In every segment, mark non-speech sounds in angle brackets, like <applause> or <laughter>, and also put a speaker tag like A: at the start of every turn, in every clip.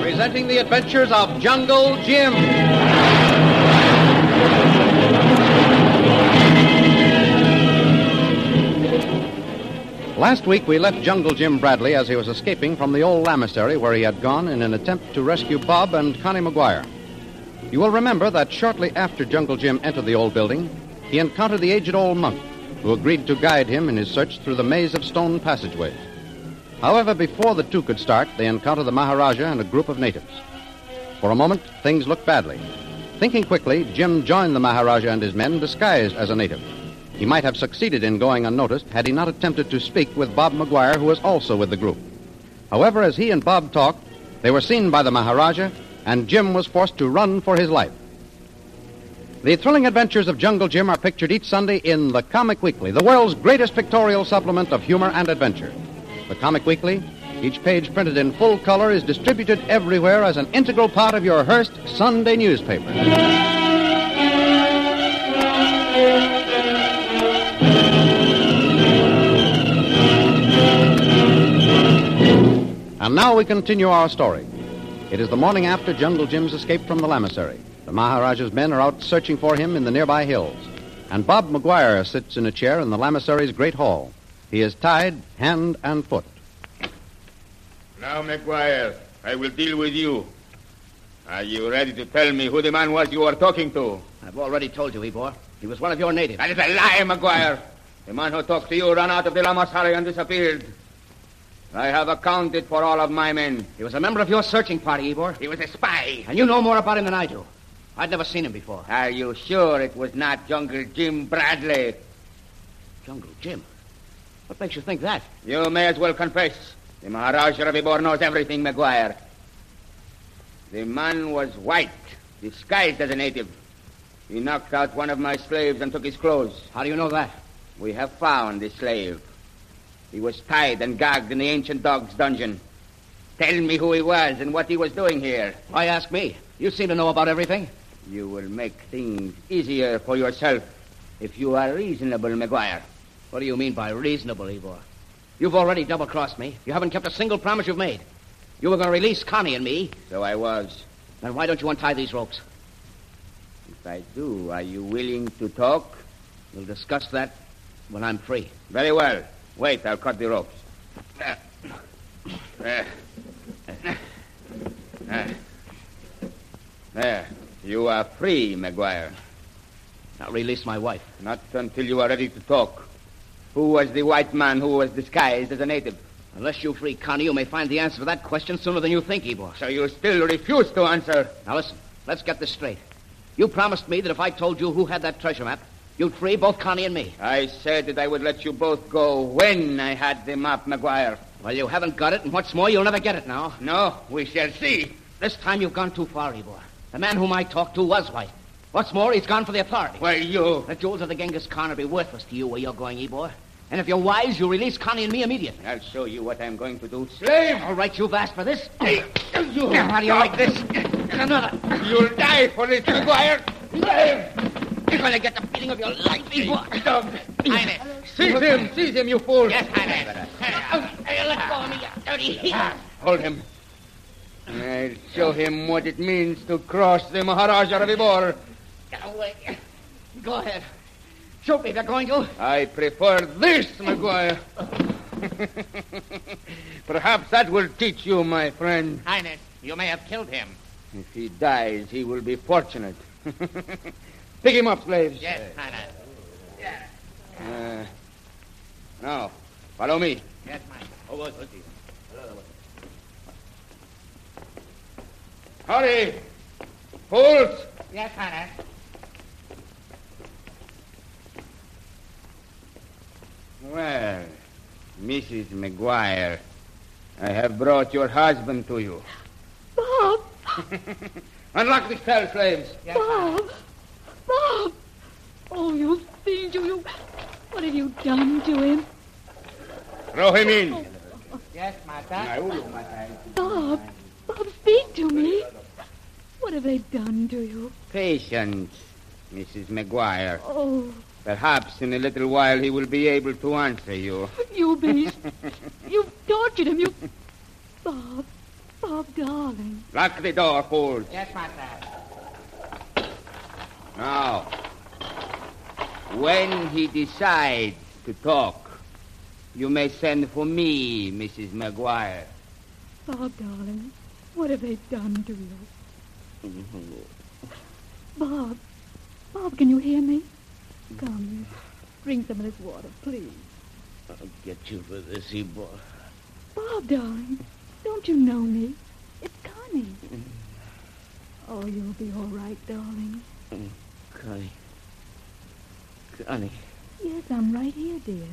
A: Presenting the adventures of Jungle Jim. Last week we left Jungle Jim Bradley as he was escaping from the old lamasery where he had gone in an attempt to rescue Bob and Connie McGuire. You will remember that shortly after Jungle Jim entered the old building, he encountered the aged old monk, who agreed to guide him in his search through the maze of stone passageways. However, before the two could start, they encountered the Maharaja and a group of natives. For a moment, things looked badly. Thinking quickly, Jim joined the Maharaja and his men disguised as a native. He might have succeeded in going unnoticed had he not attempted to speak with Bob McGuire, who was also with the group. However, as he and Bob talked, they were seen by the Maharaja, and Jim was forced to run for his life. The thrilling adventures of Jungle Jim are pictured each Sunday in The Comic Weekly, the world's greatest pictorial supplement of humor and adventure. The Comic Weekly, each page printed in full color, is distributed everywhere as an integral part of your Hearst Sunday newspaper. And now we continue our story. It is the morning after Jungle Jim's escape from the lamasery. The Maharaja's men are out searching for him in the nearby hills. And Bob McGuire sits in a chair in the lamasery's great hall. He is tied hand and foot.
B: Now, McGuire, I will deal with you. Are you ready to tell me who the man was you were talking to?
C: I've already told you, Ebor. He was one of your natives.
B: That is a lie, McGuire. The man who talked to you ran out of the Lamasari and disappeared. I have accounted for all of my men.
C: He was a member of your searching party, Ebor.
B: He was a spy.
C: And you know more about him than I do. I'd never seen him before.
B: Are you sure it was not Jungle Jim Bradley?
C: Jungle Jim. What makes you think that?
B: You may as well confess. The Maharaja of Ybor knows everything, McGuire. The man was white, disguised as a native. He knocked out one of my slaves and took his clothes.
C: How do you know that?
B: We have found the slave. He was tied and gagged in the ancient dog's dungeon. Tell me who he was and what he was doing here.
C: Why ask me? You seem to know about everything.
B: You will make things easier for yourself if you are reasonable, McGuire.
C: What do you mean by reasonable, Ebor? You've already double-crossed me. You haven't kept a single promise you've made. You were going to release Connie and me.
B: So I was.
C: Then why don't you untie these ropes?
B: If I do, are you willing to talk?
C: We'll discuss that when I'm free.
B: Very well. Wait, I'll cut the ropes. Uh, uh, uh, There. You are free, McGuire.
C: Now release my wife.
B: Not until you are ready to talk. Who was the white man who was disguised as a native?
C: Unless you free Connie, you may find the answer to that question sooner than you think, Ebor.
B: So you still refuse to answer.
C: Now listen, let's get this straight. You promised me that if I told you who had that treasure map, you'd free both Connie and me.
B: I said that I would let you both go when I had the map, McGuire.
C: Well, you haven't got it, and what's more, you'll never get it now.
B: No, we shall see.
C: This time you've gone too far, Ebor. The man whom I talked to was white. What's more, he's gone for the authority.
B: Well, you.
C: The jewels of the Genghis Khan will be worthless to you where you're going, Ebor. And if you're wise, you release Connie and me immediately.
B: I'll show you what I'm going to do, slave.
C: All right, you've asked for this.
B: You.
C: Now, how do you like this? And another.
B: You'll die for it, McGuire. Slave.
C: You're going to get the beating of your life, Ebor.
B: Dog.
C: Heine.
B: Seize him. Seize him, you fool.
C: Yes, Heine. Hey, let go of me, you dirty heathen.
B: Hold him. I'll show him what it means to cross the Maharaja of Ibor.
D: Go ahead. Shoot me if you're going to.
B: I prefer this, McGuire. <laughs> Perhaps that will teach you, my friend.
E: Highness, you may have killed him.
B: If he dies, he will be fortunate. <laughs> Pick him up, slaves.
E: Yes, Highness.
B: Uh, now, follow me.
E: Yes, mine.
C: Oh,
B: Hurry! Halt!
E: Yes, Highness.
B: Well, Mrs. McGuire, I have brought your husband to you.
F: Bob,
B: Unlock the cell, slaves.
F: Bob, Bob. Oh, you fiend, you, you. What have you done to him?
B: Throw him in.
E: Yes, Master.
F: Bob, Bob, speak to me. What have they done to you?
B: Patience, Mrs. McGuire.
F: Oh,
B: Perhaps in a little while he will be able to answer you.
F: you beast. You've tortured him. You. Bob, Bob, darling.
B: Lock the door, fools.
E: Yes, Master.
B: Now, when he decides to talk, you may send for me, Mrs. McGuire.
F: Bob, darling. What have they done to you? Bob, Bob, can you hear me? Come, drink some of this water, please.
D: I'll get you for this, Ebor.
F: Bob, darling, don't you know me? It's Connie. Oh, you'll be all right, darling.
D: Connie. Connie.
F: Yes, I'm right here, dear.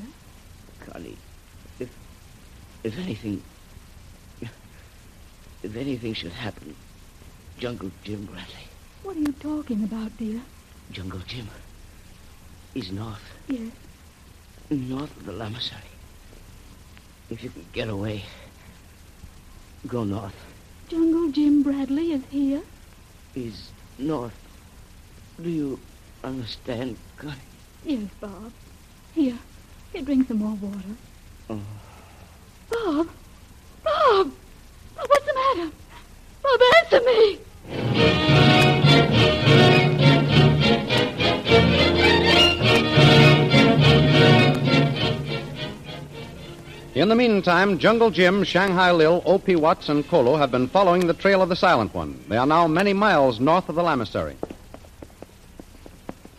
D: Connie. If, if anything. If anything should happen, Jungle Jim Bradley.
F: What are you talking about, dear?
D: Jungle Jim. He's north.
F: Yes,
D: North of the Lamasery. If you can get away, go north.
F: Jungle Jim Bradley is here.
D: He's north. Do you understand, Connie?
F: Yes, Bob. Here, here, drink some more water.
D: Oh.
F: Bob, Bob, Bob, what's the matter? Bob, answer me.
G: In the meantime, Jungle Jim, Shanghai Lil, O.P. Watts, and Kolo have been following the trail of the Silent One. They are now many miles north of the Lamasery.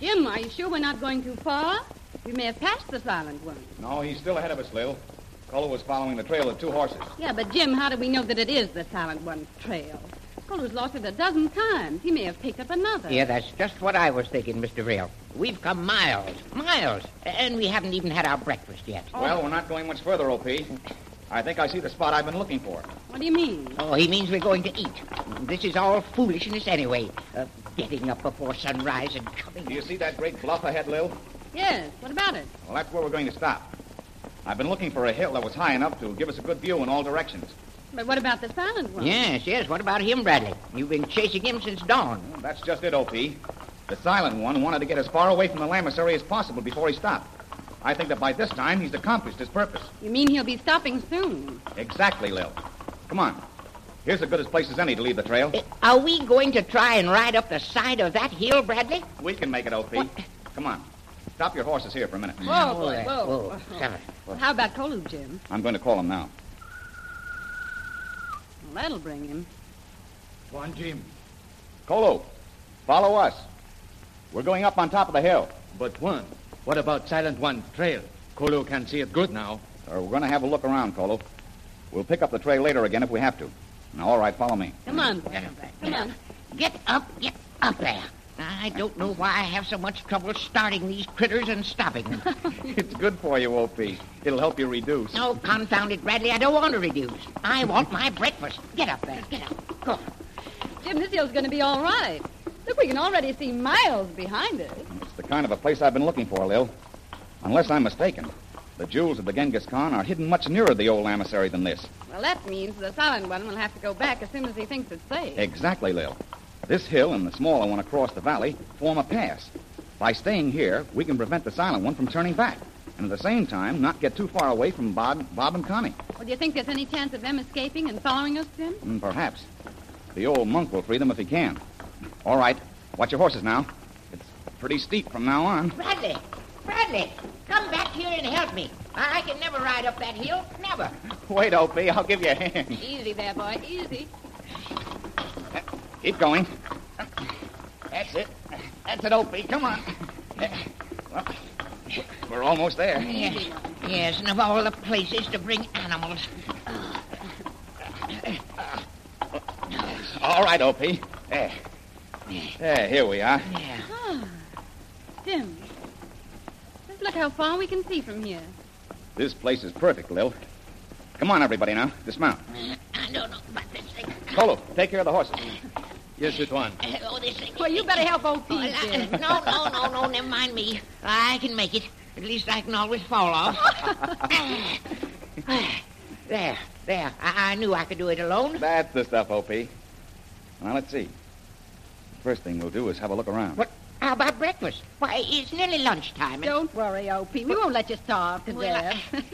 H: Jim, are you sure we're not going too far? We may have passed the silent one.
A: No, he's still ahead of us, Lil. Colo was following the trail of two horses.
H: Yeah, but Jim, how do we know that it is the silent one's trail? Colo's lost it a dozen times. He may have picked up another.
E: Yeah, that's just what I was thinking, Mr. Real. We've come miles, miles, and we haven't even had our breakfast yet.
A: Well, we're not going much further, OP. I think I see the spot I've been looking for.
H: What do you mean?
E: Oh, he means we're going to eat. This is all foolishness anyway. Uh, getting up before sunrise and coming.
A: Do you see that great bluff ahead, Lil?
H: Yes, what about it?
A: Well, that's where we're going to stop. I've been looking for a hill that was high enough to give us a good view in all directions.
H: But what about the silent one?
E: Yes, yes. What about him, Bradley? You've been chasing him since dawn.
A: That's just it, OP. The silent one wanted to get as far away from the Lamasery as possible before he stopped. I think that by this time he's accomplished his purpose.
H: You mean he'll be stopping soon?
A: Exactly, Lil. Come on. Here's the goodest place as any to leave the trail.
E: Uh, Are we going to try and ride up the side of that hill, Bradley?
A: We can make it, OP. Come on. Stop your horses here for a minute.
H: Whoa, boy, whoa.
E: Oh, sorry.
H: Well, how about Colo, Jim?
A: I'm going to call him now.
H: Well, that'll bring him.
A: One Jim. Colo, follow us. We're going up on top of the hill.
B: But one. What about Silent One trail? Kolo can see it good now.
A: Uh, we're going to have a look around, Colo. We'll pick up the trail later again if we have to. Now, all right, follow me.
H: Come on, boy. Come on.
E: Get up, get up there. I don't know why I have so much trouble starting these critters and stopping them.
A: It's good for you, OP. It'll help you reduce.
E: <laughs> No, confound it, Bradley. I don't want to reduce. I want my breakfast. Get up there. Get up. Go.
H: Jim, this hill's going to be all right. Look, we can already see miles behind us.
A: It's the kind of a place I've been looking for, Lil. Unless I'm mistaken, the jewels of the Genghis Khan are hidden much nearer the old emissary than this.
H: Well, that means the silent one will have to go back as soon as he thinks it's safe.
A: Exactly, Lil. This hill and the smaller one across the valley form a pass. By staying here, we can prevent the silent one from turning back, and at the same time, not get too far away from Bob, Bob and Connie.
H: Well, do you think there's any chance of them escaping and following us, Jim?
I: Mm, perhaps. The old monk will free them if he can. All right. Watch your horses now. It's pretty steep from now on. <laughs>
E: Bradley, Bradley, come back here and help me. I I can never ride up that hill, never.
I: Wait, Opie. I'll give you a hand. <laughs>
H: Easy there, boy, easy.
I: Keep going. That's it. That's it, Opie. Come on. <laughs> Well, we're almost there.
E: Yes, yes, and of all the places to bring animals.
I: All right, Opie. There. There, here we are.
H: Ah, Jim, just look how far we can see from here.
I: This place is perfect, Lil. Come on, everybody, now. Dismount.
E: I don't know about this thing.
I: Colo, take care of the horses.
J: Yes, Antoine.
E: Oh, this thing.
H: Well, you better help old Pete,
E: Oh,
H: Jim.
E: la- <laughs> No, no, no, no, never mind me. I can make it. At least I can always fall off. there, there. I, I knew I could do it alone.
I: That's the stuff, Opie. Now, let's see. First thing we'll do is have a look around.
E: What? How about breakfast? Why, it's nearly lunchtime. And...
H: Don't worry, Opie. We won't let you starve to
E: Well, I-
H: death.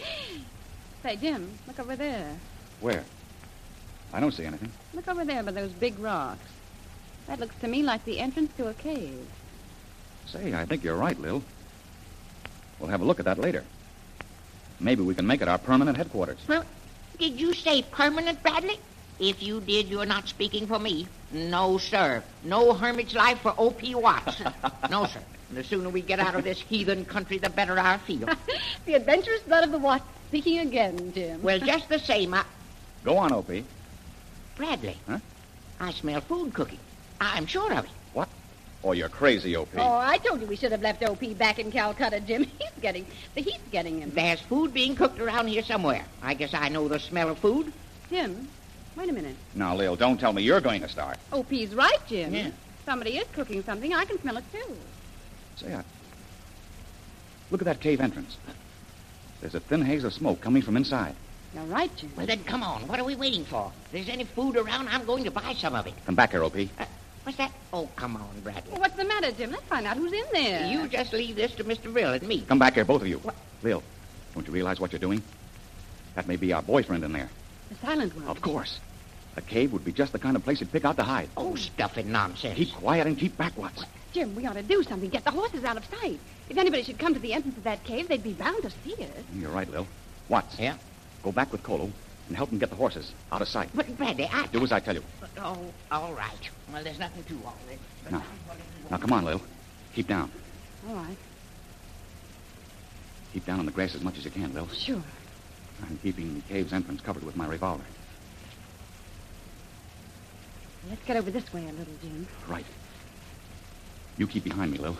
H: <laughs> Say, Jim, look over there.
I: Where? I don't see anything.
H: Look over there by those big rocks. That looks to me like the entrance to a cave.
I: Say, I think you're right, Lil. We'll have a look at that later. Maybe we can make it our permanent headquarters.
E: Well, did you say permanent, Bradley? If you did, you're not speaking for me. No, sir. No hermit's life for O.P. Watts. no, sir. And the sooner we get out of this heathen country, the better I feel.
H: The adventurous blood of the Watts speaking again, Jim.
E: well, just the same, I...
I: Go on, Opie.
E: Bradley.
I: Huh?
E: I smell food cooking. I'm sure of it.
I: What? Oh, you're crazy, Opie.
H: Oh, I told you we should have left O.P. back in Calcutta, Jim. <laughs> He's getting the heat's getting him.
E: There's food being cooked around here somewhere. I guess I know the smell of food.
H: Jim, wait a minute.
I: Now, Lil, don't tell me you're going to start.
H: O.P.'s right, Jim.
E: Yeah.
H: Somebody is cooking something. I can smell it too.
I: Say, I... look at that cave entrance. There's a thin haze of smoke coming from inside.
H: You're right, Jim.
E: Well, then come on. What are we waiting for? If there's any food around, I'm going to buy some of it.
I: Come back here, Opie.
E: What's that? Oh, come on, Bradley.
H: Well, what's the matter, Jim? Let's find out who's in there.
E: You just leave this to Mr. Rill and me.
I: Come back here, both of you. Lil, don't you realize what you're doing? That may be our boyfriend in there.
H: the silent one.
I: Of course. A cave would be just the kind of place he'd pick out to hide.
E: Oh, stuff and nonsense.
I: Keep quiet and keep back, Watts.
H: Jim, we ought to do something. Get the horses out of sight. If anybody should come to the entrance of that cave, they'd be bound to see us.
I: You're right, Lil. Watts.
E: Yeah?
I: Go back with Colo and help him get the horses out of sight.
E: But, Bradley, I...
I: Do as I tell you.
E: Oh, all right. Well, there's nothing to all this.
I: Now, now come on, Lil. Keep down.
H: All right.
I: Keep down on the grass as much as you can, Lil.
H: Sure.
I: I'm keeping the cave's entrance covered with my revolver.
H: Let's get over this way a little, Jim.
I: Right. You keep behind me, Lil.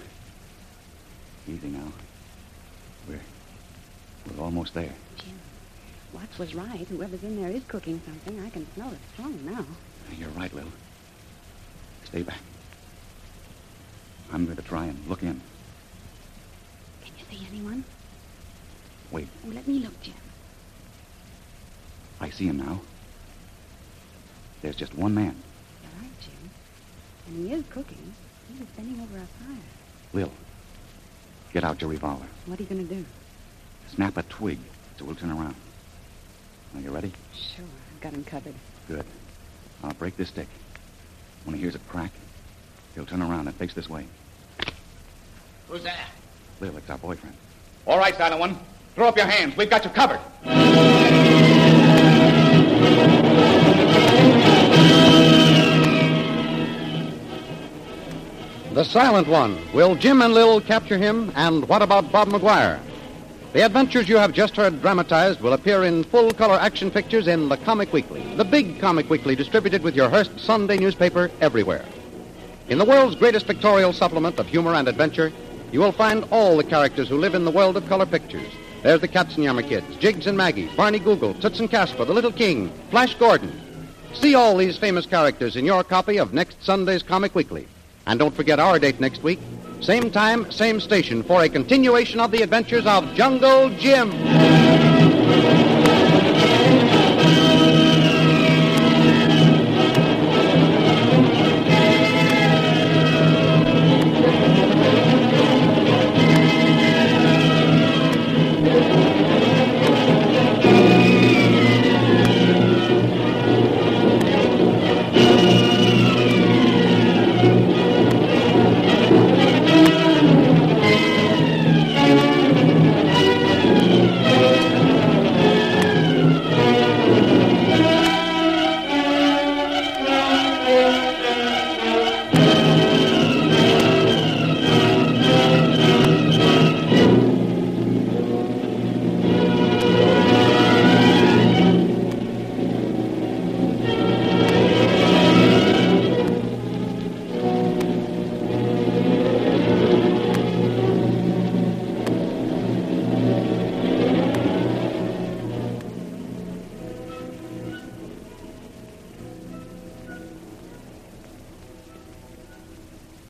I: Easy now. We're we're almost there.
H: Watts was right. Whoever's in there is cooking something. I can smell it strong now.
I: You're right, Lil. Stay back. I'm going to try and look in.
H: Can you see anyone?
I: Wait,
H: Oh, let me look, Jim.
I: I see him now. There's just one man.
H: All right, Jim. And he is cooking. He was bending over our fire.
I: Lil, get out your revolver.
H: What are you going to do?
I: Snap a twig so we'll turn around. Are you ready?
H: Sure. I've got him covered.
I: Good. I'll break this stick. When he hears it crack, he'll turn around and face this way.
B: Who's that?
I: Lil, it's our boyfriend.
B: All right, silent one.
I: Throw up your hands. We've got you covered.
A: The Silent One. Will Jim and Lil capture him? And what about Bob McGuire? The adventures you have just heard dramatized will appear in full color action pictures in The Comic Weekly, the big comic weekly distributed with your Hearst Sunday newspaper everywhere. In the world's greatest pictorial supplement of humor and adventure, you will find all the characters who live in the world of color pictures. There's the Katzenjammer Kids, Jiggs and Maggie, Barney Google, Toots and Casper, The Little King, Flash Gordon. See all these famous characters in your copy of next Sunday's Comic Weekly. And don't forget our date next week, same time, same station, for a continuation of the adventures of Jungle Jim.